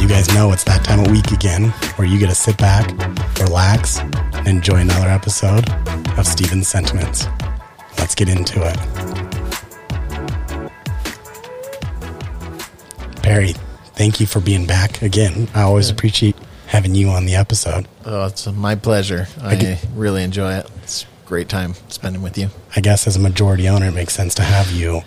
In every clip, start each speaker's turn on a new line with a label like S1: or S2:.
S1: You guys know it's that time of week again where you get to sit back, relax, and enjoy another episode of Steven's Sentiments. Let's get into it. Perry, thank you for being back again. I always appreciate having you on the episode.
S2: Oh, it's my pleasure. I, really enjoy it. It's a great time spending with you.
S1: I guess as a majority owner, it makes sense to have you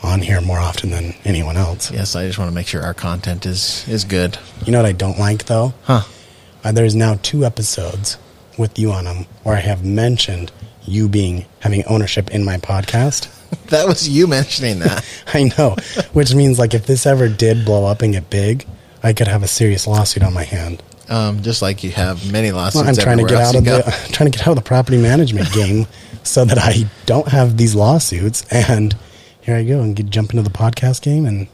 S1: on here more often than anyone else.
S2: Yes, I just want to make sure our content is is good.
S1: You know what I don't like though?
S2: Huh.
S1: Uh, there's now two episodes with you on them where I have mentioned you being having ownership in my podcast.
S2: That was you mentioning that.
S1: I know, which means like if this ever did blow up and get big, I could have a serious lawsuit on my hand.
S2: um, just like you have many lawsuits.
S1: Well, I'm trying to
S2: everywhere
S1: get
S2: else
S1: out
S2: you
S1: of the
S2: go.
S1: I'm trying to get out of the property management game so that I don't have these lawsuits and here I go and get, jump into the podcast game and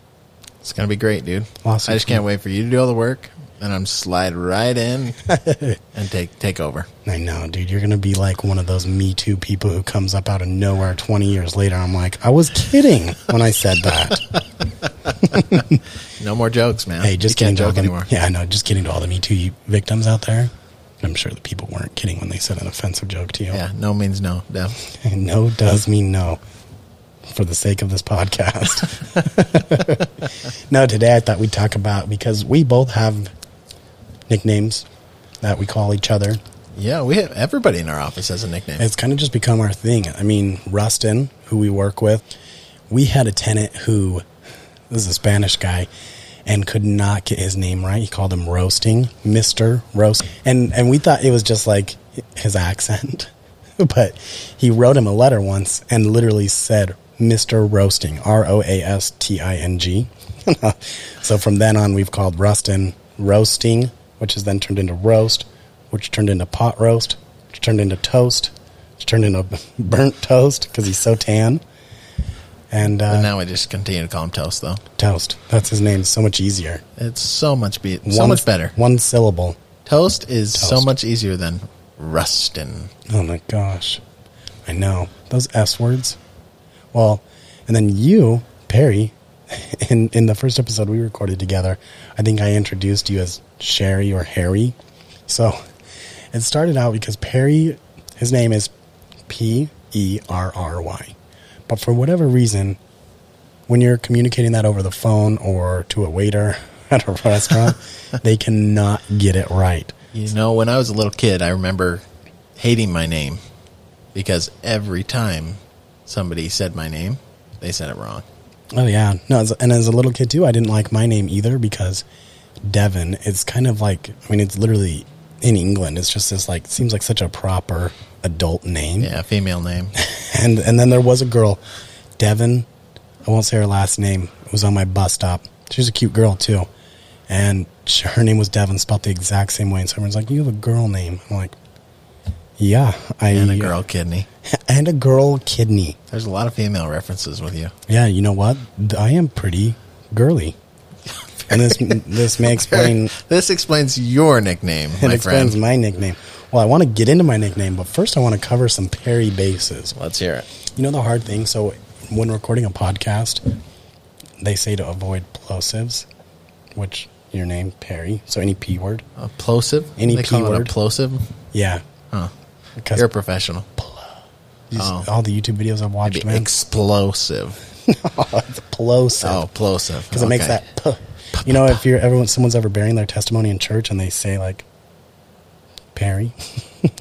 S2: It's gonna be great, dude.
S1: Lawsuits.
S2: I just can't wait for you to do all the work, and I'm slide right in and take take over.
S1: I know, dude. You're gonna be like one of those Me Too people who comes up out of nowhere 20 years later. I'm like, I was kidding when I said that.
S2: No more jokes, man.
S1: hey, just
S2: you
S1: kidding
S2: can't
S1: to all
S2: joke
S1: the,
S2: anymore.
S1: Yeah, I know. Just kidding to all the Me Too victims out there. I'm sure the people weren't kidding when they said an offensive joke to you.
S2: Yeah, no means no. Yeah.
S1: no does mean no. For the sake of this podcast. no, today I thought we'd talk about because we both have nicknames that we call each other.
S2: Yeah, we have everybody in our office has a nickname.
S1: It's kind of just become our thing. I mean, Rustin, who we work with, we had a tenant who this is a Spanish guy and could not get his name right. He called him roasting, Mister Roast, and and we thought it was just like his accent, but he wrote him a letter once and literally said Mister Roasting, R O A S T I N G. so from then on, we've called Rustin roasting, which is then turned into roast, which turned into pot roast, which turned into toast, which turned into burnt toast because he's so tan. And, uh,
S2: and now I just continue to call him Toast, though.
S1: Toast. That's his name. So much easier.
S2: It's so much be- so much better.
S1: One syllable.
S2: Toast is so
S1: Toast.
S2: much easier than Rustin.
S1: Oh my gosh. I know. Those S words. Well, and then you, Perry, in, in the first episode we recorded together, I think I introduced you as Sherry or Harry. So it started out because Perry, his name is P E R R Y. But for whatever reason, when you're communicating that over the phone or to a waiter at a restaurant, they cannot get it right.
S2: You know, when I was a little kid, I remember hating my name because every time somebody said my name, they said it wrong.
S1: Oh yeah, no, as, and as a little kid too, I didn't like my name either because Devon. It's kind of like I mean, it's literally in England. It's just this like seems like such a proper adult name.
S2: Yeah, female name.
S1: And and then there was a girl, Devon. I won't say her last name. It was on my bus stop. She was a cute girl too, and sh her name was Devon, spelled the exact same way. And someone's like, "You have a girl name." I'm like, "Yeah, I
S2: And a girl kidney.
S1: and a girl kidney."
S2: There's a lot of female references with you.
S1: Yeah, you know what? Th- I am pretty girly. and this this may explain
S2: This explains your nickname,
S1: it
S2: my
S1: explains
S2: friend.
S1: my nickname. Well, I want to get into my nickname, but first I want to cover some Perry bases.
S2: Let's hear it.
S1: You know the hard thing. So when recording a podcast, they say to avoid plosives, which your name Perry. So any p word.
S2: A plosive?
S1: Any
S2: they call
S1: P
S2: it
S1: word?
S2: a plosive?
S1: Yeah,
S2: Huh.
S1: because
S2: You're a professional.
S1: these-
S2: oh.
S1: all the YouTube videos I've watched,
S2: Maybe
S1: man,
S2: explosive.
S1: it's plosive.
S2: Oh, plosive.
S1: because it makes
S2: Okay.
S1: that. Puh. You know, if you're everyone, someone's ever bearing their testimony in church and they say like Perry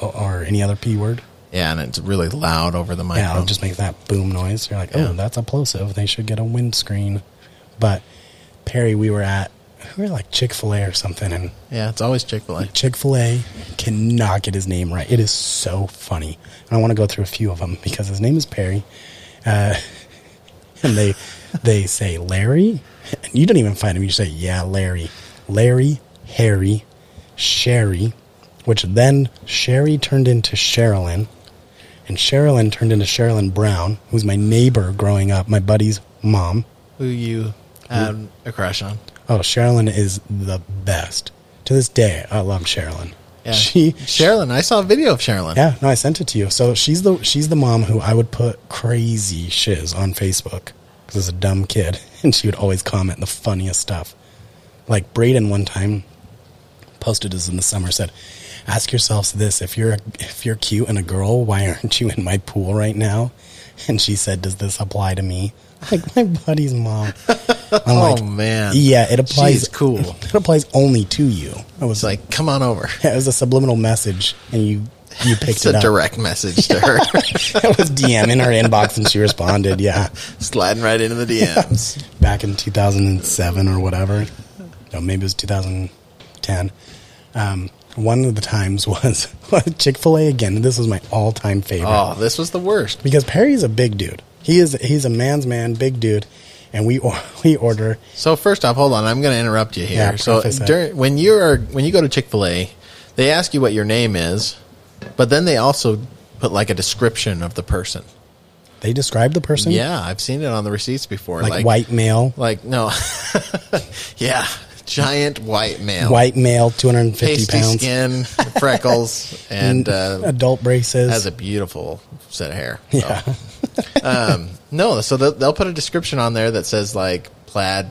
S1: or, or any other p word,
S2: Yeah, and it's really loud over the microphone.
S1: yeah, it'll just make that boom noise. You're like, oh,
S2: Yeah.
S1: that's a plosive. They should get a windscreen. But Perry, we were at we were like Chick Fil A or something, and
S2: yeah, it's always Chick fil A.
S1: Chick Fil A cannot get his name right. It is so funny, and I want to go through a few of them because his name is Perry, uh, and they they say Larry, and you don't even find him. You say yeah, Larry, Larry, Harry, Sherry, which then Sherry turned into Sherilyn, and Sherilyn turned into Sherilyn Brown, who's my neighbor growing up, my buddy's mom.
S2: Who you had a crush on?
S1: Oh, Sherilyn is the best. To this day, I love Sherilyn.
S2: Yeah.
S1: She
S2: Sherilyn. I saw a video of Sherilyn.
S1: Yeah, no, I sent it to you. So she's the she's the mom who I would put crazy shiz on Facebook because I was a dumb kid, and she would always comment the funniest stuff. Like Braden one time posted this in the summer said, "Ask yourselves this: if you're if you're cute and a girl, why aren't you in my pool right now?" And she said, "Does this apply to me?" Like my buddy's mom. I'm
S2: Oh,
S1: like,
S2: man.
S1: yeah, it applies.
S2: She's cool. Oh.
S1: It applies only to you. I was
S2: It's like, come on over.
S1: yeah, it was a subliminal message, and you you picked
S2: It's
S1: it
S2: a
S1: up.
S2: direct message to her.
S1: it was DM in her inbox, and she responded. Yeah,
S2: Sliding right into the DMs.
S1: back in 2007 or whatever. No, maybe it was 2010. Um, one of the times was Chick Fil A again. This was my all-time favorite
S2: Oh, this was the worst.
S1: because Perry's a big dude. He is he's a man's man, big dude, and we or, we order.
S2: So first off, hold on. I'm going to interrupt you here.
S1: Yeah,
S2: so
S1: preface that.
S2: during, when you are when you go to Chick Fil A, they ask you what your name is, but then they also put like a description of the person.
S1: They describe the person,
S2: Yeah, I've seen it on the receipts before.
S1: like, white male,
S2: like no, yeah, giant white male,
S1: white male, 250
S2: pasty
S1: pounds,
S2: skin, freckles, and uh,
S1: adult braces.
S2: has a oh. beautiful set of hair. So,
S1: yeah.
S2: um, no, so they'll, they'll put a description on there that says like plaid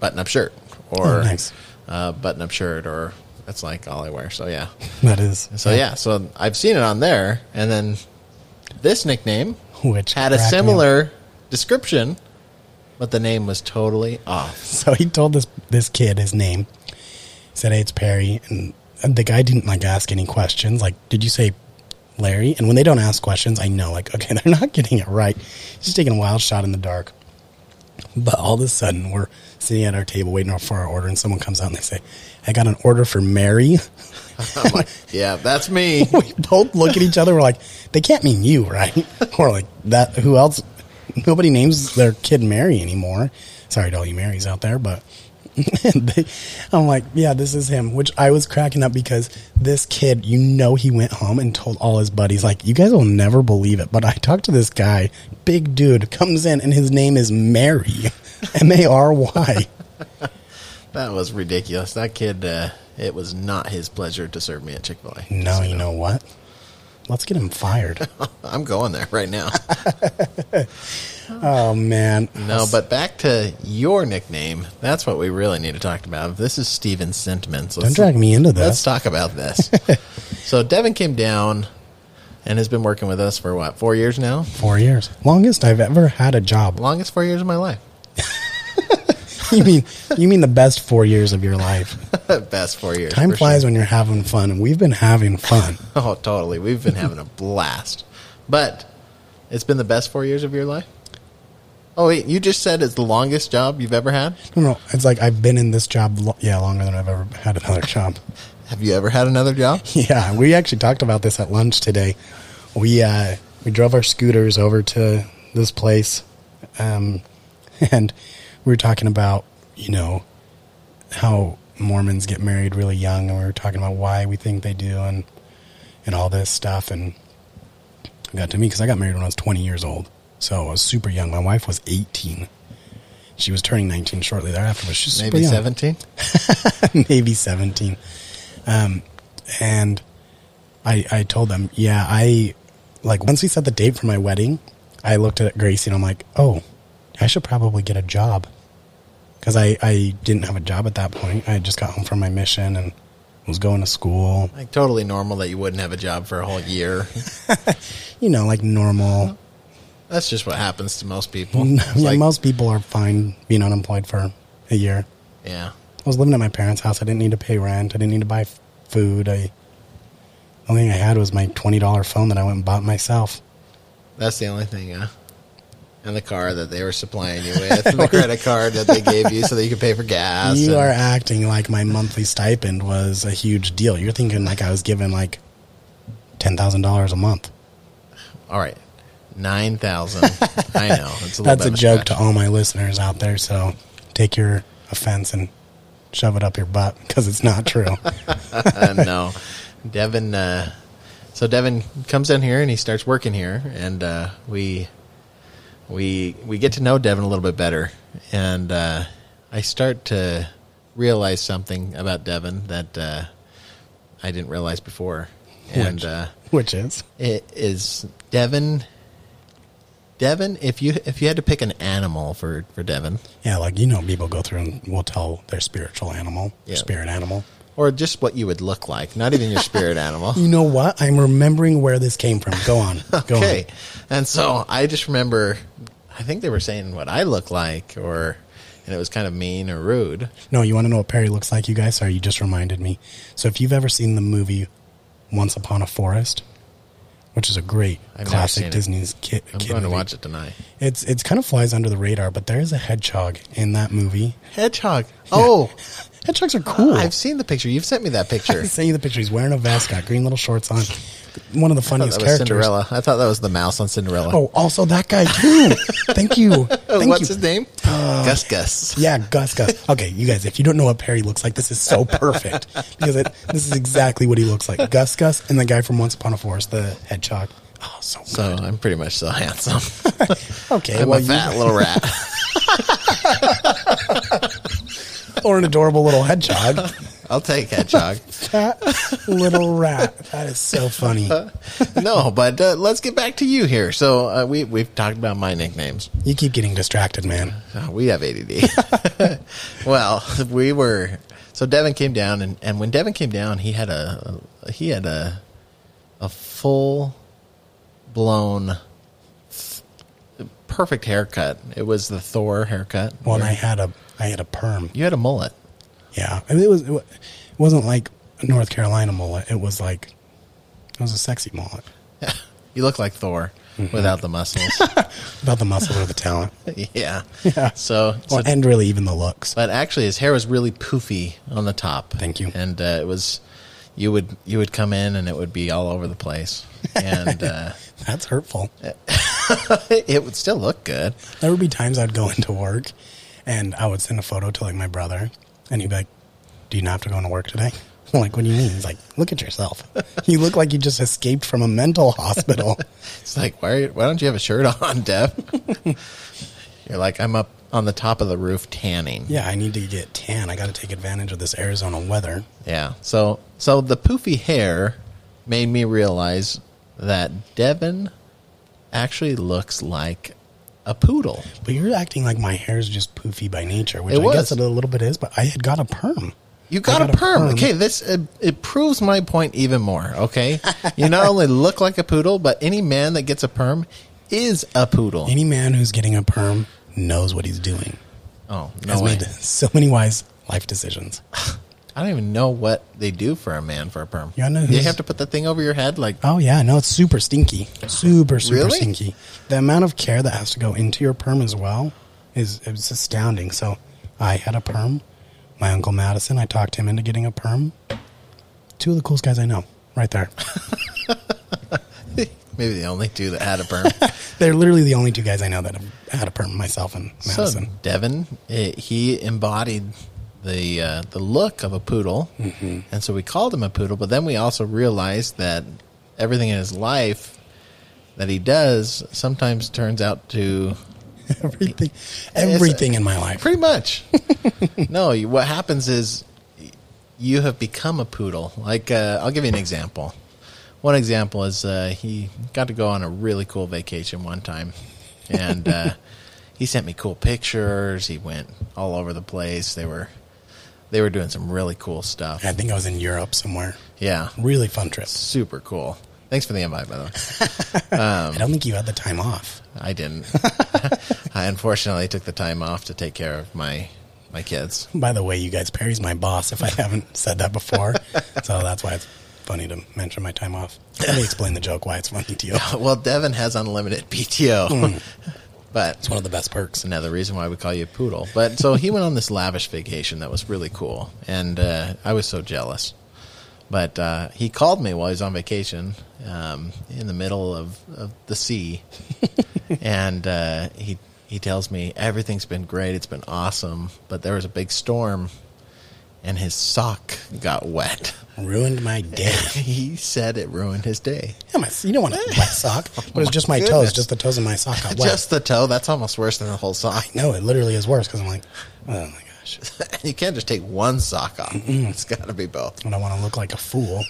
S2: button-up shirt or
S1: Oh, nice.
S2: uh, button-up shirt or that's like all I wear. So yeah,
S1: That is.
S2: so yeah. so I've seen it on there, and then this nickname
S1: Which
S2: had a
S1: cracked me up.
S2: similar description, but the name was totally off.
S1: So he told this this kid his name. He said, "Hey, it's Perry." And the guy didn't like ask any questions. Like, did you say Larry? And when they don't ask questions, I know like, okay, they're not getting it right. He's just taking a wild shot in the dark. But all of a sudden, we're sitting at our table waiting for our order, and someone comes out and they say, "I got an order for Mary."
S2: I'm like, yeah, that's me.
S1: we both look at each other. We're like, they can't mean you, right? Or like that. Who else? Nobody names their kid Mary anymore. Sorry to all you Marys out there, but they, I'm like, yeah, this is him. Which I was cracking up because this kid, you know, he went home and told all his buddies, like, you guys will never believe it. But I talked to this guy, big dude, comes in and his name is Mary, M A R Y.
S2: That was ridiculous. That kid, uh, it was not his pleasure to serve me at Chick Fil A.
S1: No, you know what? Let's get him fired.
S2: I'm going there right now.
S1: Oh man,
S2: No, but back to your nickname. That's what we really need to talk about. This is Steven's sentiments.
S1: don't drag me into this.
S2: Let's talk about this. so Devin came down and has been working with us for what four years now.
S1: Four years. Longest I've ever had a job.
S2: Longest four years of my life.
S1: You mean you mean the best four years of your life.
S2: Best four years.
S1: Time
S2: for
S1: flies
S2: sure.
S1: when you're having fun, and we've been having fun.
S2: Oh, totally. We've been having a blast. But it's been the best four years of your life. Oh wait, you just said it's the longest job you've ever had.
S1: No, no, it's like I've been in this job lo- yeah longer than I've ever had another job.
S2: Have you ever had another job?
S1: Yeah, we actually talked about this at lunch today. We uh, we drove our scooters over to this place, um, and we were talking about you know how Mormons get married really young, and we were talking about why we think they do, and and all this stuff, and it got to me because I got married when I was 20 years old, so I was super young. My wife was 18. She was turning 19 shortly thereafter, but she's super
S2: Maybe
S1: young
S2: seventeen.
S1: maybe 17. Um, and I, I told them, yeah, I like once we set the date for my wedding, I looked at Gracie and I'm like, oh, I should probably get a job because I, I didn't have a job at that point. I had just got home from my mission and was going to school,
S2: Like totally normal that you wouldn't have a job for a whole year.
S1: you know, like normal.
S2: That's just what happens to most people.
S1: yeah,
S2: It's like-
S1: most people are fine being unemployed for a year.
S2: yeah.
S1: I was living at my parents' house. I didn't need to pay rent. I didn't need to buy f- food. I the only thing I had was my twenty dollar phone that I went and bought myself.
S2: That's the only thing, yeah. And the car that they were supplying you with, and the credit card that they gave you so that you could pay for gas.
S1: you
S2: and-
S1: are acting like my monthly stipend was a huge deal. You're thinking like I was given like ten thousand dollars a month.
S2: all right. Nine thousand. I know. It's a little
S1: That's
S2: bit
S1: a
S2: of
S1: joke
S2: stretch.
S1: to all my listeners out there. So take your offense and shove it up your butt because it's not true.
S2: Uh, no, Devin. Uh, so Devin comes in here and he starts working here, and uh, we we we get to know Devin a little bit better, and uh, I start to realize something about Devin that uh, I didn't realize before, and
S1: Which?
S2: uh,
S1: Which is
S2: it is Devin Devin, if you if you had to pick an animal for for Devin,
S1: Yeah, like you know, people go through and will tell their spiritual animal, their
S2: Yeah.
S1: spirit animal.
S2: or just what you would look like, not even your spirit animal.
S1: You know what? I'm remembering where this came from. Go on. Go
S2: Okay. And so I just remember, I think they were saying what I look like, or and it was kind of mean or rude.
S1: on. No, you want to know what Perry looks like, you guys? Sorry, you just reminded me. So, if you've ever seen the movie Once Upon a Forest, which is a great
S2: I've never
S1: classic
S2: seen it.
S1: Disney's kid,
S2: I'm
S1: kid
S2: going to
S1: movie.
S2: watch it tonight.
S1: It's it's kind of flies under the radar, but there is a hedgehog in that movie.
S2: Hedgehog. Oh,
S1: Hedgehogs are cool.
S2: I've seen the picture. You've sent me that picture.
S1: I sent you the picture. He's wearing a vest, got green little shorts on. One of the
S2: I thought
S1: funniest
S2: that was
S1: characters.
S2: Cinderella. I thought that was the mouse on Cinderella. Uh,
S1: Oh, also that guy too. Thank you. Thank
S2: What's
S1: you.
S2: his name? Gus Gus.
S1: Yeah, Gus Gus. Okay, you guys, if you don't know what Perry looks like, this is so perfect because it, this is exactly what he looks like. Gus Gus and the guy from Once Upon a Forest, the hedgehog. Oh, so
S2: So I'm pretty much so handsome.
S1: okay.
S2: I'm
S1: well,
S2: a
S1: you-
S2: fat little rat.
S1: or an adorable little hedgehog,
S2: I'll take hedgehog.
S1: fat little rat. That is so funny.
S2: no, but uh, let's get back to you here. So uh, we we've talked about my nicknames.
S1: You keep getting distracted, man.
S2: Oh, we have ADD. well, we were so Devin came down, and, and when Devin came down, he had a he had a a full blown perfect haircut. It was the Thor haircut.
S1: Well, and I had a I had a perm.
S2: you had a mullet.
S1: Yeah, I mean, it was it wa- it wasn't like a North Carolina mullet. It was like it was a sexy mullet.
S2: You look like Thor
S1: Mm-hmm.
S2: without the muscles.
S1: About the muscle or the talent,
S2: yeah.
S1: Yeah.
S2: So, so
S1: well, and really even the looks.
S2: but actually his hair was really poofy on the top.
S1: Thank you.
S2: And uh, it was you would you would come in and it would be all over the place. And uh,
S1: That's hurtful.
S2: it would still look good.
S1: There would be times I'd go into work, and I would send a photo to like my brother, and he'd be like, "Do you not have to go into work today?" I'm like, "What do you mean?" He's like, "Look at yourself. You look like you just escaped from a mental hospital."
S2: It's like why are you, why don't you have a shirt on, Dev? You're like I'm up on the top of the roof tanning.
S1: yeah, I need to get tan. I got to take advantage of this Arizona weather.
S2: Yeah. So so the poofy hair made me realize that Devin actually looks like a poodle.
S1: But you're acting like my hair is just poofy by nature, which
S2: It
S1: I
S2: was.
S1: guess it a little bit is. But I had got a perm.
S2: You got,
S1: I
S2: a, perm. Okay, this it, it proves my point even more. Okay, you not only look like a poodle, but any man that gets a perm is a poodle.
S1: Any man who's getting a perm knows what he's doing.
S2: oh no
S1: Has
S2: way!
S1: made so many wise life decisions.
S2: I don't even know what they do for a man for a perm.
S1: Yeah, I know
S2: you
S1: who's-
S2: have to put that thing over your head, like
S1: Oh yeah, no, it's super stinky, super super
S2: Really?
S1: stinky. The amount of care that has to go into your perm as well is it's astounding. So I had a perm. My uncle Madison, I talked him into getting a perm. Two of the coolest guys I know, right there.
S2: maybe the only two that had a perm.
S1: They're literally the only two guys I know that have had a perm. Myself and
S2: so
S1: Madison.
S2: Devin, eh, he embodied the uh, the look of a poodle,
S1: Mm-hmm.
S2: and so we called him a poodle. But then we also realized that everything in his life that he does sometimes turns out to
S1: everything, everything in my life.
S2: Pretty much. no, you, what happens is y- you have become a poodle. Like, uh, I'll give you an example. One example is uh, he got to go on a really cool vacation one time, and uh, he sent me cool pictures. He went all over the place. They were they were doing some really cool stuff.
S1: I think I was in Europe somewhere.
S2: Yeah,
S1: Really fun trip.
S2: super cool. Thanks for the invite, by the way. Um,
S1: I don't think you had the time off.
S2: I didn't. I unfortunately took the time off to take care of my my kids.
S1: By the way, you guys, Perry's my boss. If I haven't said that before, so that's why it's funny to mention my time off. Let me explain the joke why it's funny to you. It's
S2: Well, Devin has unlimited PTO, but
S1: one of the best perks.
S2: another reason why we call you Poodle. But so he went on this lavish vacation that was really cool, and uh, I was so jealous. But uh, he called me while he was on vacation um, in the middle of, of the sea, and uh, he he tells me everything's been great, it's been awesome, but there was a big storm, and his sock got wet.
S1: Ruined my day.
S2: he said it ruined his day.
S1: Yeah, my, you don't want a wet sock. It was just my
S2: Oh goodness.
S1: toes, just the toes of my sock got wet.
S2: Just the toe, that's almost worse than the whole sock.
S1: no, it literally is worse because I'm like, oh my gosh,
S2: you can't just take one sock off. It's got to be both.
S1: I don't want to look like a fool,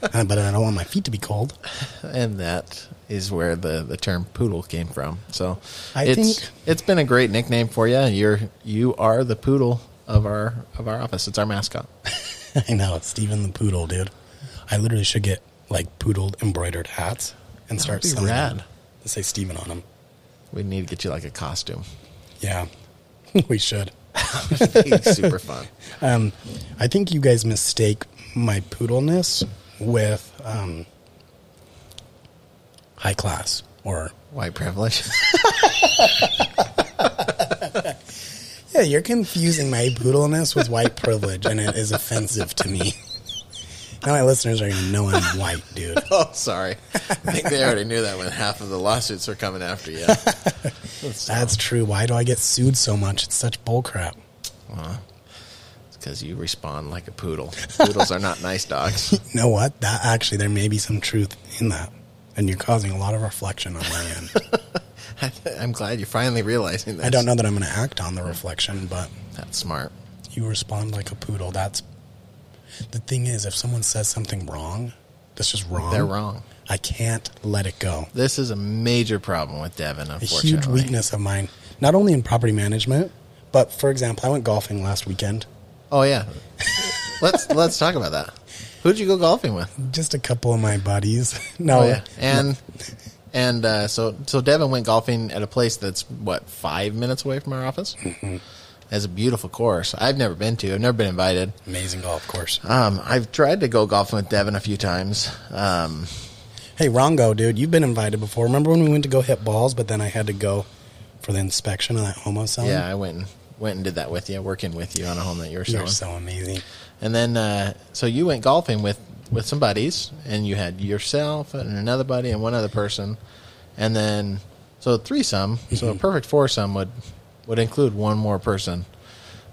S1: Uh, but I don't want my feet to be cold.
S2: And that is where the, the term poodle came from. So
S1: I
S2: it's
S1: think-
S2: it's been a great nickname for you. You're you are the poodle of our of our office. It's our mascot.
S1: I know, it's Steven the Poodle, dude. I literally should get like poodle embroidered hats and start
S2: be
S1: selling
S2: rad.
S1: them. That say Steven on them.
S2: We need to get you like a costume.
S1: Yeah, we should. Um,
S2: It's super fun.
S1: I think you guys mistake my poodleness with um, high class or
S2: White privilege.
S1: Yeah, you're confusing my poodleness with white privilege, and it is offensive to me. Now my listeners are going to know I'm white, dude.
S2: oh, sorry. I think they already knew that when half of the lawsuits were coming after you.
S1: That's true. Why do I get sued so much? It's such bullcrap.
S2: Because you respond like a poodle. Poodles are not nice dogs.
S1: You know what? That actually, there may be some truth in that, and you're causing a lot of reflection on my end.
S2: I'm glad you're finally realizing this.
S1: I don't know that I'm going to act on the reflection, but
S2: That's smart.
S1: you respond like a poodle. That's the thing is, if someone says something wrong, that's just wrong.
S2: They're wrong.
S1: I can't let it go.
S2: This is a major problem with Devin,
S1: a huge
S2: unfortunately.
S1: weakness of mine, not only in property management, but for example, I went golfing last weekend.
S2: Oh yeah. let's let's talk about that. Who'd you go golfing with?
S1: Just a couple of my buddies. No,
S2: Oh yeah. And and uh, so so Devin went golfing at a place that's what five minutes away from our office. Has a beautiful course. I've never been to. I've never been invited.
S1: amazing golf course.
S2: Um, I've tried to go golfing with Devin a few times. Um,
S1: Hey, Rongo, dude, you've been invited before. Remember when we went to go hit balls, but then I had to go for the inspection on that homo selling?
S2: yeah, I went and went and did that with you, working with you on a home that you were
S1: You're
S2: selling.
S1: so amazing.
S2: And then uh, so you went golfing with with some buddies, and you had yourself and another buddy and one other person, and then so a threesome. So a perfect foursome would would include one more person.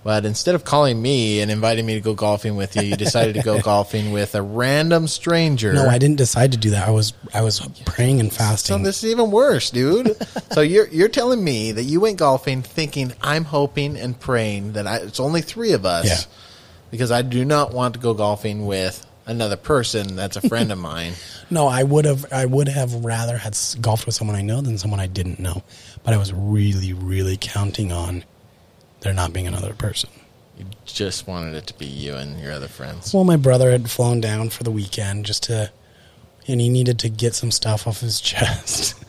S2: But instead of calling me and inviting me to go golfing with you, you decided to go golfing with a random stranger.
S1: No, I didn't decide to do that. I was I was praying and
S2: So
S1: fasting.
S2: this is even worse, dude. so you're you're telling me that you went golfing thinking I'm hoping and praying that I, it's only three of us,
S1: Yeah.
S2: because I do not want to go golfing with another person that's a friend of mine.
S1: No, I would have I would have rather had s- golfed with someone I know than someone I didn't know. But I was really really counting on there not being another person.
S2: You just wanted it to be you and your other friends.
S1: Well, my brother had flown down for the weekend just to, and he needed to get some stuff off his chest.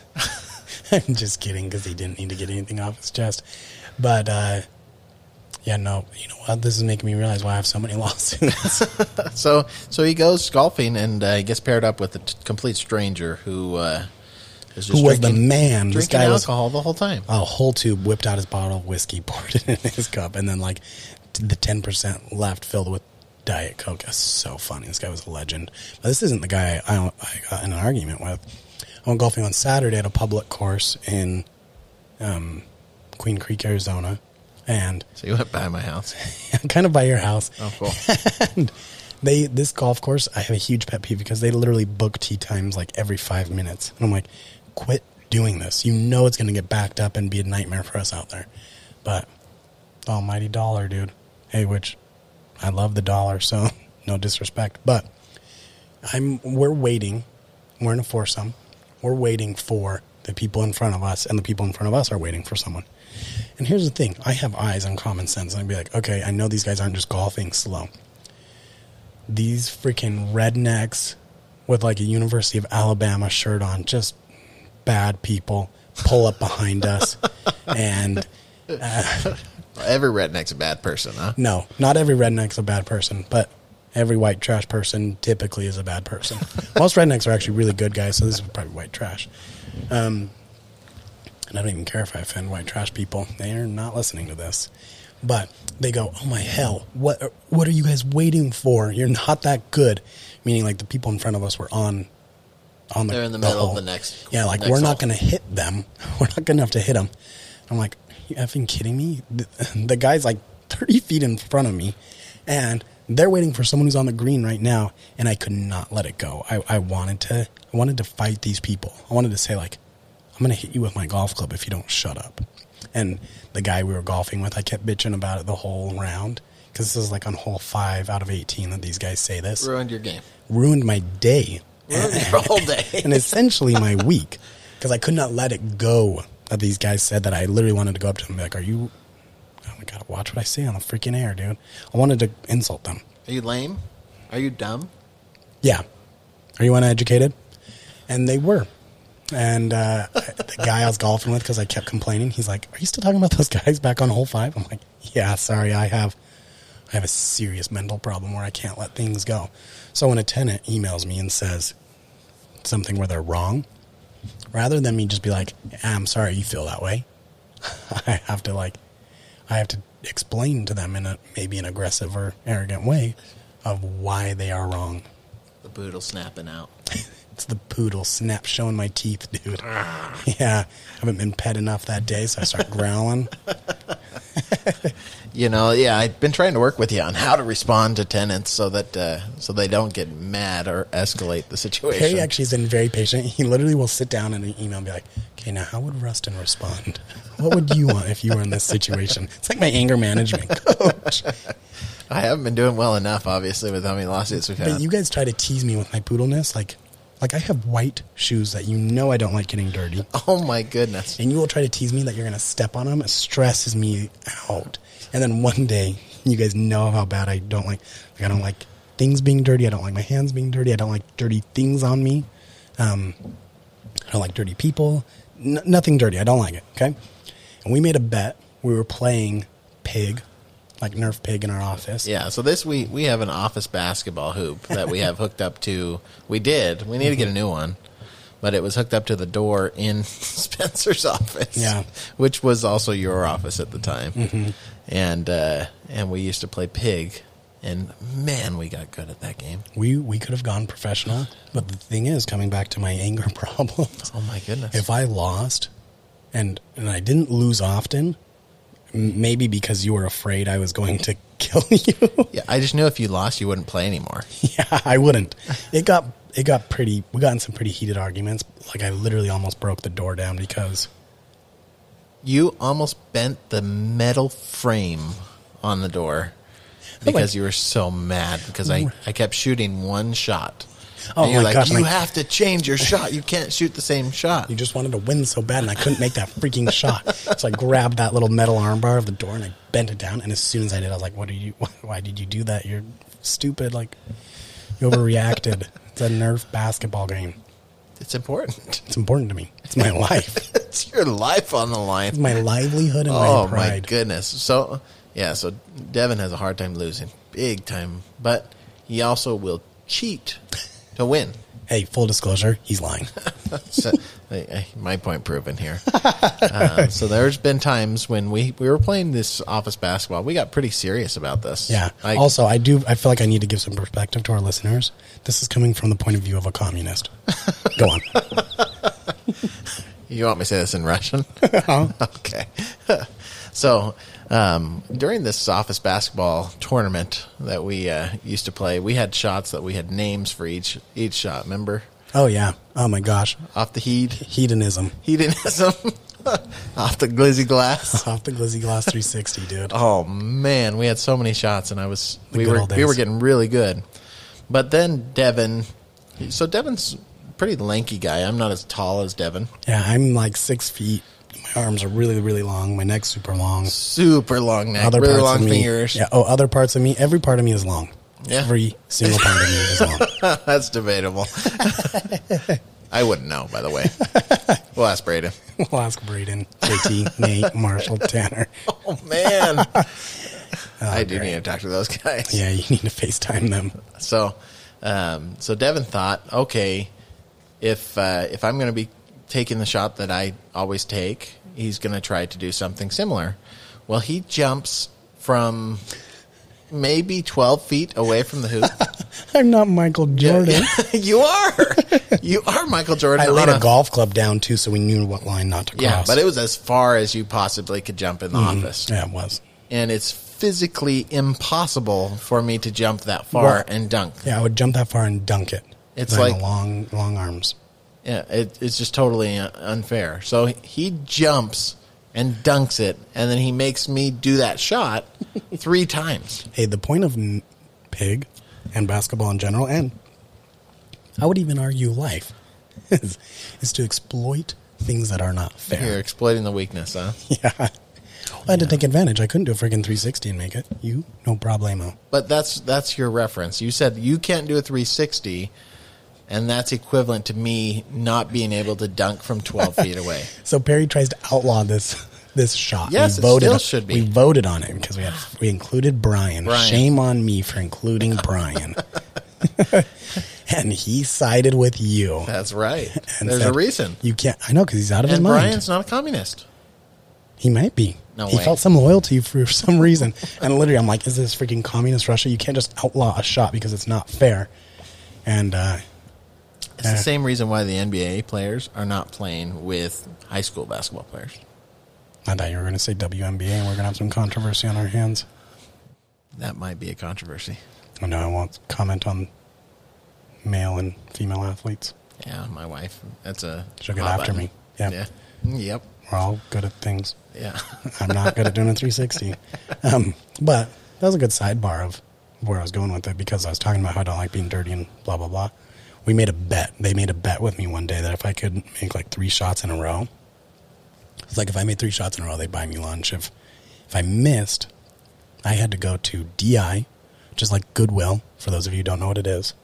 S1: I'm just kidding because he didn't need to get anything off his chest. But uh, yeah, no, you know what? This is making me realize why I have so many lawsuits.
S2: So so he goes golfing and uh, he gets paired up with a t- complete stranger who uh, is just
S1: Who was the
S2: drinking,
S1: man? This
S2: drinking
S1: guy was
S2: alcohol the whole time.
S1: a whole tube, whipped out his bottle of whiskey, poured it in his cup, and then like t- the 10% left filled with Diet Coke. That's so funny. This guy was a legend. But this isn't the guy I, I got in an argument with. I went golfing on Saturday at a public course in um, Queen Creek, Arizona, and
S2: So he went by my house.
S1: kind of by your house.
S2: Oh, cool.
S1: And they this golf course, I have a huge pet peeve because they literally book tee times like every five minutes, and I'm like, quit doing this. You know it's going to get backed up and be a nightmare for us out there. But almighty dollar, dude. Hey, which I love the dollar, so no disrespect, but I'm we're waiting. We're in a foursome. We're waiting for the people in front of us, and the people in front of us are waiting for someone. And here's the thing: I have eyes on common sense, and I'd be like, okay, I know these guys aren't just golfing slow. These freaking rednecks with like a University of Alabama shirt on, just bad people, pull up behind us, and
S2: Every redneck's a bad person, huh?
S1: no, not every redneck's a bad person, but every white trash person typically is a bad person. Most rednecks are actually really good guys, so this is probably white trash. Um, and I don't even care if I offend white trash people; they are not listening to this. But they go, "Oh my hell! What what are you guys waiting for? You're not that good." Meaning, like the people in front of us were on on the
S2: They're in the middle of
S1: hole.
S2: the next-
S1: Yeah, like
S2: next
S1: we're not
S2: hole.
S1: going to hit them. We're not going to have to hit them. I'm like, you effing kidding me? The, the guy's like 30 feet in front of me, and they're waiting for someone who's on the green right now, and I could not let it go. I, I wanted to, I wanted to fight these people. I wanted to say like, I'm going to hit you with my golf club if you don't shut up. And the guy we were golfing with, I kept bitching about it the whole round because this is like on hole five out of 18 that these guys say this
S2: Ruined your game.
S1: ruined my day.
S2: ruined your whole day.
S1: and essentially my week because I could not let it go that these guys said that I literally wanted to go up to them and be like, Are you? Oh my God, watch what I say on the freaking air, dude. I wanted to insult them.
S2: Are you lame? Are you dumb?
S1: Yeah. Are you uneducated? And they were. And uh, the guy I was golfing with, because I kept complaining, he's like, "Are you still talking about those guys back on hole five? I'm like, "Yeah, sorry, I have, I have a serious mental problem where I can't let things go." So when a tenant emails me and says something where they're wrong, rather than me just be like, "Ah, "I'm sorry, you feel that way," I have to like, I have to explain to them in a maybe an aggressive or arrogant way of why they are wrong.
S2: The boodle snapping out.
S1: It's the poodle snap showing my teeth, dude. yeah, I haven't been pet enough that day, so I start growling.
S2: You know, yeah, I've been trying to work with you on how to respond to tenants so that uh, so they don't get mad or escalate the situation.
S1: Perry actually has been very patient. He literally will sit down in an email and be like, okay, now how would Rustin respond? What would you want if you were in this situation? It's like my anger management coach.
S2: I haven't been doing well enough, obviously, with how many lawsuits we've had.
S1: But you guys try to tease me with my poodleness. Like, like I have white shoes that you know I don't like getting dirty.
S2: oh my goodness!
S1: and you will try to tease me that you're going to step on them. It stresses me out. And then one day, you guys know how bad I don't like. Like I don't like things being dirty. I don't like my hands being dirty. I don't like dirty things on me. Um, I don't like dirty people. N- nothing dirty. I don't like it. Okay. And we made a bet. We were playing pig, like Nerf pig in our office.
S2: Yeah, so this we we have an office basketball hoop that we have hooked up to. We did. We need to get a new one, but it was hooked up to the door in Spencer's office.
S1: Yeah.
S2: which was also your office at the time, and uh, and we used to play pig, and man, we got good at that game.
S1: We we could have gone professional, but the thing is, coming back to my anger problems.
S2: Oh my goodness!
S1: if I lost and and I didn't lose often, m- maybe because you were afraid I was going to kill you.
S2: yeah, I just knew if you lost, you wouldn't play anymore.
S1: yeah, I wouldn't. It got it got pretty we got in some pretty heated arguments. Like I literally almost broke the door down because
S2: You almost bent the metal frame on the door because
S1: like-
S2: you were so mad because I, I kept shooting one shot.
S1: Oh
S2: and you're
S1: my
S2: like,
S1: gosh,
S2: you
S1: like-
S2: have to change your shot. You can't shoot the same shot.
S1: you just wanted to win so bad and I couldn't make that freaking shot. So I grabbed that little metal armbar of the door and I bent it down and as soon as I did I was like, What are you why did you do that? You're stupid, like you overreacted. it's a nerf basketball game.
S2: It's important.
S1: It's important to me. It's my life.
S2: it's your life on the line.
S1: It's my livelihood and my
S2: oh my
S1: pride.
S2: goodness. So yeah, so Devin has a hard time losing, big time. But he also will cheat to win.
S1: Hey, full disclosure, he's lying.
S2: so, eh, eh, my point proven here. Uh, so there's been times when we, we were playing this office basketball. We got pretty serious about this.
S1: Yeah.
S2: Like,
S1: also, I do. I feel like I need to give some perspective to our listeners. This is coming from the point of view of a communist. Go on.
S2: you want me to say this in Russian?
S1: Uh-huh.
S2: okay. so um, during this office basketball tournament that we uh, used to play, we had shots that we had names for each each shot. Remember,
S1: Oh yeah. Oh my gosh.
S2: off the heed,
S1: Hedonism.
S2: hedonism, off the glizzy glass.
S1: Off the glizzy glass 360, dude.
S2: Oh man, we had so many shots, and I was
S1: The
S2: we
S1: good
S2: were
S1: old
S2: we were
S1: days.
S2: getting really good. But then Devin, so Devin's a pretty lanky guy. I'm not as tall as Devin.
S1: Yeah, I'm like six feet. My arms are really, really long. My neck's super long.
S2: Super long neck,
S1: Other
S2: really
S1: parts
S2: long
S1: of me.
S2: fingers.
S1: Yeah. Oh, other parts of me. Every part of me is long.
S2: Yeah.
S1: Every single part of me is long.
S2: That's debatable. I wouldn't know, by the way. We'll ask Braden.
S1: We'll ask Braden, JT, Nate, Marshall, Tanner.
S2: Oh man, I do need to talk to those guys.
S1: Yeah, you need to FaceTime them.
S2: So, um, so Devin thought, okay, if uh, if I'm going to be taking the shot that I always take, he's going to try to do something similar. Well, he jumps from maybe 12 feet away from the hoop.
S1: I'm not Michael Jordan.
S2: you are, you are Michael Jordan.
S1: I laid
S2: on
S1: a golf club down too, so we knew what line not to cross. Um,
S2: Yeah, but it was as far as you possibly could jump in the office,
S1: yeah, it was.
S2: and it's physically impossible for me to jump that far
S1: Well-
S2: and dunk.
S1: Yeah, I would jump that far and dunk it.
S2: It's
S1: 'Cause I have
S2: like-
S1: long, long arms.
S2: Yeah, it, it's just totally uh, unfair. So he jumps and dunks it, and then he makes me do that shot three times.
S1: Hey, the point of n- pig and basketball in general, and I would even argue life, is, is to exploit things that are not
S2: You're
S1: fair.
S2: exploiting the weakness, huh?
S1: Yeah. I had to take advantage. I couldn't do a freaking 360 and make it. You, no problemo.
S2: But that's that's your reference. You said you can't do a 360, and that's equivalent to me not being able to dunk from 12 feet away.
S1: So Perry tries to outlaw this this shot.
S2: Yes, it still should be.
S1: We voted on it because we had, we included Brian.
S2: Brian.
S1: Shame on me for including Brian. and he sided with you.
S2: That's right.
S1: and
S2: There's a
S1: said,
S2: reason.
S1: You can't. I know because he's out of his
S2: And
S1: mind.
S2: Brian's not a communist.
S1: he might be.
S2: No
S1: he
S2: way.
S1: felt some loyalty for some reason. And literally, I'm like, is this freaking communist Russia? You can't just outlaw a shot because it's not fair. And uh,
S2: It's the same reason why the NBA players are not playing with high school basketball players.
S1: I thought you were going to say WNBA and we're going to have some controversy on our hands.
S2: That might be a controversy.
S1: Oh, no, I won't comment on male and female athletes.
S2: Yeah, my wife. That's a
S1: She'll get
S2: hot
S1: after
S2: button.
S1: me. Yeah.
S2: Yeah. Mm, Yep.
S1: We're all good at things.
S2: Yeah.
S1: I'm not good at doing a 360. Um, but that was a good sidebar of where I was going with it because I was talking about how I don't like being dirty and blah, blah, blah. We made a bet. They made a bet with me one day that if I could make like three shots in a row, it's like if I made three shots in a row, they'd buy me lunch. If, if I missed, I had to go to DI, which is like Goodwill, for those of you who don't know what it is.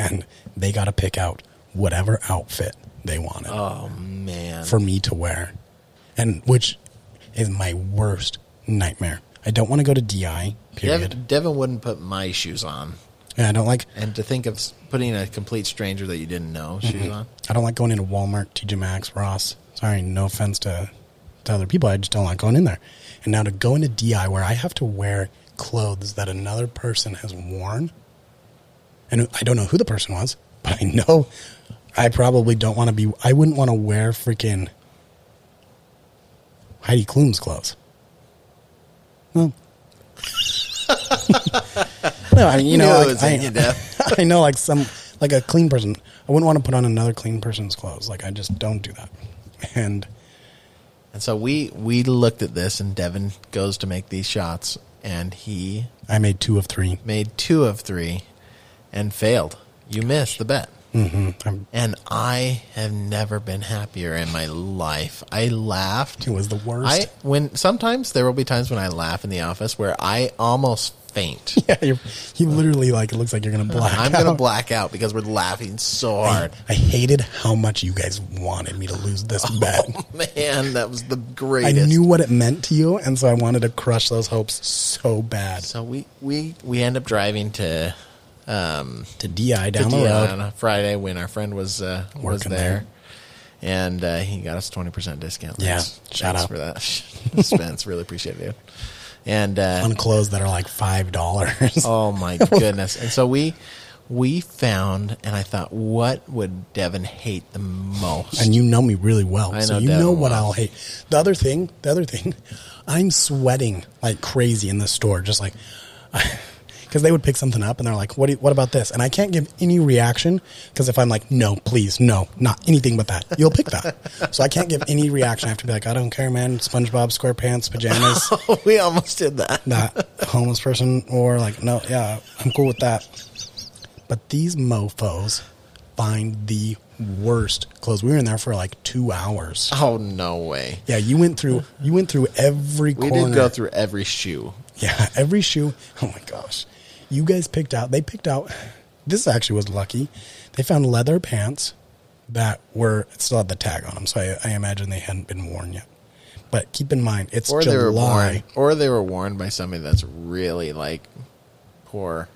S1: And they got to pick out whatever outfit they wanted
S2: Oh man.
S1: for me to wear, and which is my worst nightmare. I don't want to go to DI. Period.
S2: Devin, Devin wouldn't put my shoes on,
S1: And I don't like.
S2: and to think of s- putting a complete stranger that you didn't know shoes on.
S1: I don't like going into Walmart, TJ Maxx, Ross. Sorry, no offense to to other people. I just don't like going in there. And now to go into DI where I have to wear clothes that another person has worn, and I don't know who the person was, but I know I probably don't want to be. I wouldn't want to wear freaking Heidi Klum's clothes. Well. no, I mean, you,
S2: You knew
S1: know,
S2: it
S1: like,
S2: was
S1: I,
S2: in you, Dev.
S1: I know, like some, like a clean person. I wouldn't want to put on another clean person's clothes. Like I just don't do that. And
S2: And so we we looked at this, and Devin goes to make these shots, and he
S1: I made two of three.
S2: made two of three, and failed. You missed the bet.
S1: hmm I'm,
S2: And I have never been happier in my life. I laughed.
S1: it was the worst.
S2: I when sometimes there will be times when I laugh in the office where I almost faint.
S1: yeah, you're, you literally like it looks like you're gonna black.
S2: I'm gonna
S1: out.
S2: black out because we're laughing so hard.
S1: I hated how much you guys wanted me to lose this
S2: Oh,
S1: bet.
S2: Man, that was the
S1: I
S2: greatest.
S1: knew what it meant to you, and so I wanted to crush those hopes so bad.
S2: So we we we end up driving to um
S1: To DI
S2: to
S1: down the
S2: DI on
S1: road,
S2: a Friday when our friend was uh, was
S1: Working
S2: there. And uh, he got us twenty percent discount.
S1: Yeah,
S2: Thanks.
S1: shout
S2: Thanks
S1: out.
S2: for that, Spence. Really appreciate it. And uh,
S1: on clothes that are like five dollars.
S2: Oh my goodness! And so we we found, and I thought, what would Devin hate the most?
S1: and you know me really well,
S2: I
S1: so
S2: know
S1: you
S2: Devin
S1: know what
S2: well.
S1: I'll hate. The other thing, the other thing, I'm sweating like crazy in the store, just like because they would pick something up and they're like, "What? Do you, what about this?" And I can't give any reaction because if I'm like, "No, please, no, not anything but that," you'll pick that. so I can't give any reaction. I have to be like, "I don't care, man." SpongeBob SquarePants pajamas,
S2: we almost did that.
S1: that homeless person, or like, "No, yeah, I'm cool with that." But these mofo's find the worst clothes. We were in there for like two hours.
S2: Oh no way!
S1: Yeah, you went through you went through every
S2: We
S1: corner.
S2: did go through every shoe.
S1: Yeah, every shoe. Oh my gosh. You guys picked out they picked out this actually was lucky. They found leather pants that were still had the tag on them, so I, I imagine they hadn't been worn yet. But keep in mind, it's
S2: Or they were worn,
S1: July.
S2: or they were worn by somebody that's really like poor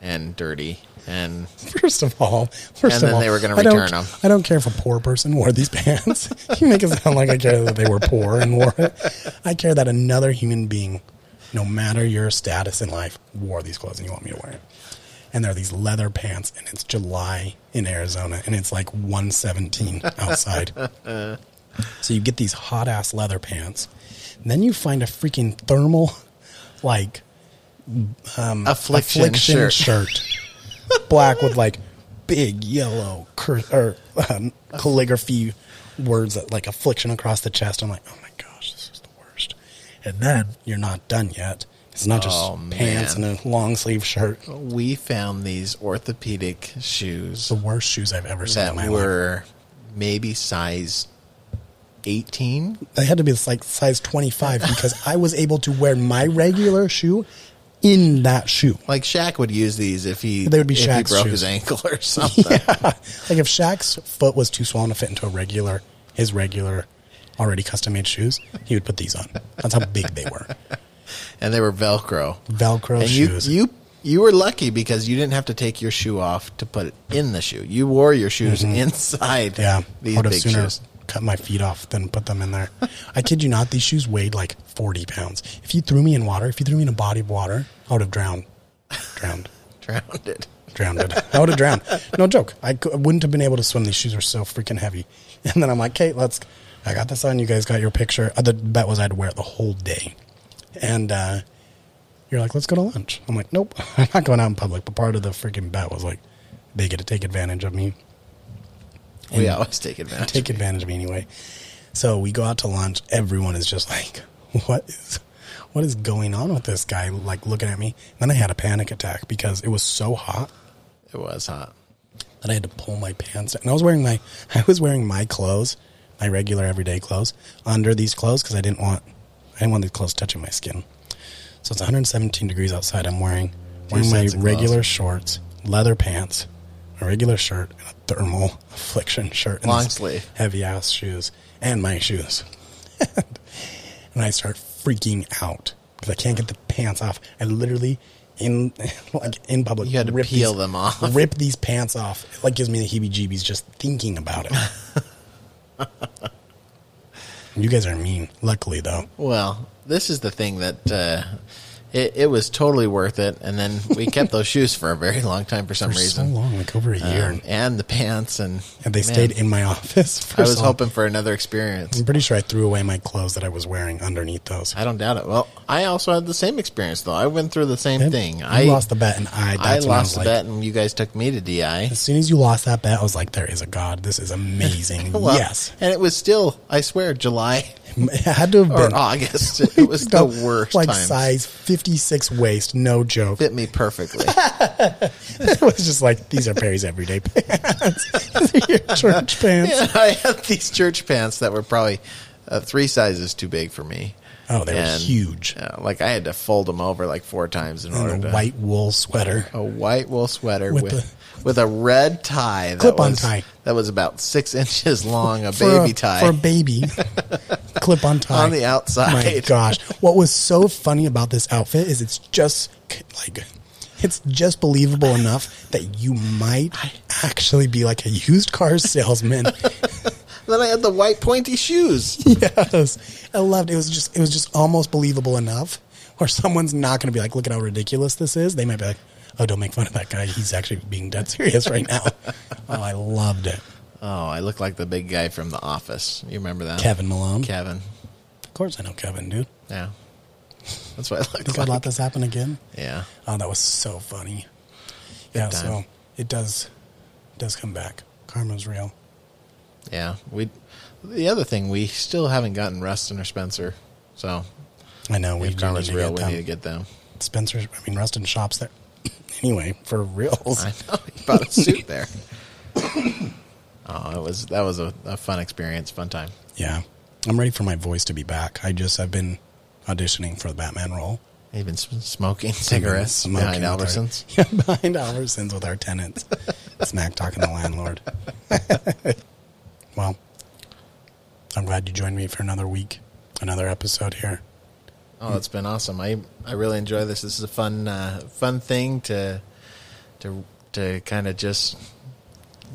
S2: and dirty. And
S1: First of all, first of
S2: then
S1: all,
S2: they were gonna
S1: I don't-
S2: return 'em.
S1: I don't care if a poor person wore these pants. you make it sound like I care that they were poor and wore it. I care that another human being, no matter your status in life, wore these clothes and you want me to wear it. And they're these leather pants, and it's July in Arizona, and it's like 117 outside. so you get these hot ass leather pants, and then you find a freaking thermal, like Mm.
S2: affliction, shirt.
S1: shirt. black with like big yellow cur- or um, calligraphy words that like affliction across the chest. I'm like, oh my gosh, this is the worst. And then you're not done yet. It's not just
S2: Oh,
S1: pants
S2: man.
S1: and a long sleeve shirt.
S2: We found these orthopedic shoes
S1: The worst shoes I've ever seen
S2: that
S1: in my life.
S2: were maybe size 18.
S1: They had to be like size 25 because I was able to wear my regular shoe in that shoe.
S2: Like Shaq would use these if he
S1: They would be
S2: if he
S1: Shaq's
S2: broke
S1: shoes.
S2: his ankle or something.
S1: Like if Shaq's foot was too swollen to fit into a regular, his regular, already custom made shoes, he would put these on. That's how big they were.
S2: And they were Velcro.
S1: Velcro
S2: and you,
S1: Oh, shoes.
S2: you you were lucky because you didn't have to take your shoe off to put it in the shoe. You wore your shoes inside
S1: Mm-hmm. yeah,
S2: these
S1: I would
S2: big
S1: have sooner
S2: shoes.
S1: cut my feet off than put them in there. I kid you not, these shoes weighed like 40 pounds. If you threw me in water, if you threw me in a body of water, I would have drowned. Drowned.
S2: Drowned it.
S1: drowned. I would have drowned. No joke. I cou- I wouldn't have been able to swim. These shoes are so freaking heavy. And then I'm like, Kate, let's. I got this on. You guys got your picture. Uh, The bet was I'd wear it the whole day. And uh, you're like, let's go to lunch. I'm like, nope, I'm not going out in public. But part of the freaking bet was like, they get to take advantage of me.
S2: We always take advantage.
S1: Take advantage of me anyway. So we go out to lunch. Everyone is just like, what is. What is going on with this guy? Like looking at me. Then I had a panic attack because it was so hot.
S2: it was hot.
S1: that I had to pull my pants down. And I was wearing my I was wearing my clothes, my regular everyday clothes, under these clothes because I didn't want I didn't want the clothes touching my skin. So it's 117 degrees outside. I'm wearing wearing my
S2: sets of
S1: regular shorts, leather pants, a regular shirt, and a thermal affliction shirt, and
S2: Long
S1: these
S2: sleeve.
S1: heavy ass shoes, and my shoes. and I start freaking out because I can't get the pants off. I literally. In like in public,
S2: You had to
S1: rip
S2: peel
S1: these-
S2: them off.
S1: rip these pants off. It like gives me the heebie-jeebies just thinking about it. you guys are mean. Luckily, though,
S2: Well, this is the thing that uh, it, it was totally worth it. And then we kept those shoes for a very long time for some
S1: for so
S2: reason.
S1: long, like over a year,
S2: Um, and the pants and
S1: and they
S2: man,
S1: stayed in my office. For
S2: I was
S1: so Mm-hmm. long.
S2: hoping for another experience.
S1: I'm pretty sure I threw away my clothes that I was wearing underneath those.
S2: I don't doubt it. Well, I also had the same experience though. I went through the same
S1: You
S2: thing.
S1: You
S2: I
S1: lost the bet, and I.
S2: I
S1: That's when I
S2: lost
S1: was
S2: the
S1: like,
S2: bet, and you guys took me to DI.
S1: As soon as you lost that bet, I was like, "There is a god. This is amazing."
S2: Well,
S1: yes,
S2: and it was still, I swear, July
S1: it had to have
S2: or
S1: been
S2: August. It was the worst
S1: Like
S2: time.
S1: size 56 waist, no joke.
S2: Fit me perfectly.
S1: It was just like these are Perry's everyday pants. These are your church pants.
S2: And I had these church pants that were probably uh, three sizes too big for me.
S1: Oh, they were huge.
S2: uh, like I had to fold them over like four times in order
S1: And
S2: to
S1: a white wool sweater.
S2: a white wool sweater with
S1: With
S2: with, a red tie that
S1: Clip-on
S2: was
S1: tie.
S2: that was about six inches long, a
S1: For
S2: baby tie
S1: For a baby. Clip on tie.
S2: on the outside.
S1: My gosh. What was so funny about this outfit is it's just c- like it's just believable enough that you might actually be like a used car salesman.
S2: Then I had the white pointy shoes.
S1: yes. I loved it. It was just it was just almost believable enough where someone's not gonna be like, look at how ridiculous this is. They might be like, Oh, don't make fun of that guy. He's actually being dead serious right now. oh, I loved it.
S2: Oh, I look like the big guy from The Office. You remember that?
S1: Kevin Malone.
S2: Kevin.
S1: Of course I know Kevin, dude.
S2: Yeah. That's what I look
S1: Think I'd
S2: like.
S1: let this happen again?
S2: Yeah.
S1: Oh, that was so funny. yeah,
S2: time.
S1: so it does does come back. Karma's real.
S2: Yeah. We. The other thing, we still haven't gotten Rustin or Spencer. So
S1: I know we
S2: if
S1: do
S2: karma's
S1: need to
S2: real,
S1: get
S2: we
S1: them.
S2: need to get them.
S1: Spencer. I mean, Rustin shops there anyway for reals.
S2: I know he bought a suit there. oh, it was that was a, a fun experience, fun time.
S1: yeah, I'm ready for my voice to be back. I just I've been auditioning for the Batman role.
S2: He'd been sm- smoking cigarettes
S1: Smoking
S2: behind
S1: with our-
S2: Albertsons.
S1: yeah, behind Albertsons with our tenants. Smack talking the landlord. well, I'm glad you joined me for another week, another episode here.
S2: Oh, it's been awesome. I I really enjoy this. This is a fun uh, fun thing to to to kind of just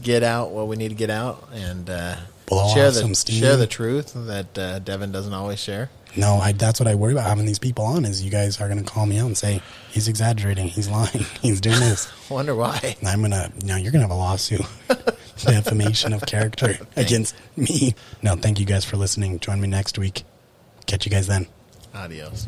S2: get out what we need to get out and uh,
S1: Blow
S2: share
S1: off
S2: the
S1: some steam.
S2: share the truth that uh, Devin doesn't always share.
S1: No, I, that's what I worry about having these people on is you guys are going to call me out and say, he's exaggerating, he's lying, he's doing this.
S2: Wonder why.
S1: And I'm going to, now you're going to have a lawsuit. Defamation of character against me. No, thank you guys for listening. Join me next week. Catch you guys then.
S2: Adios.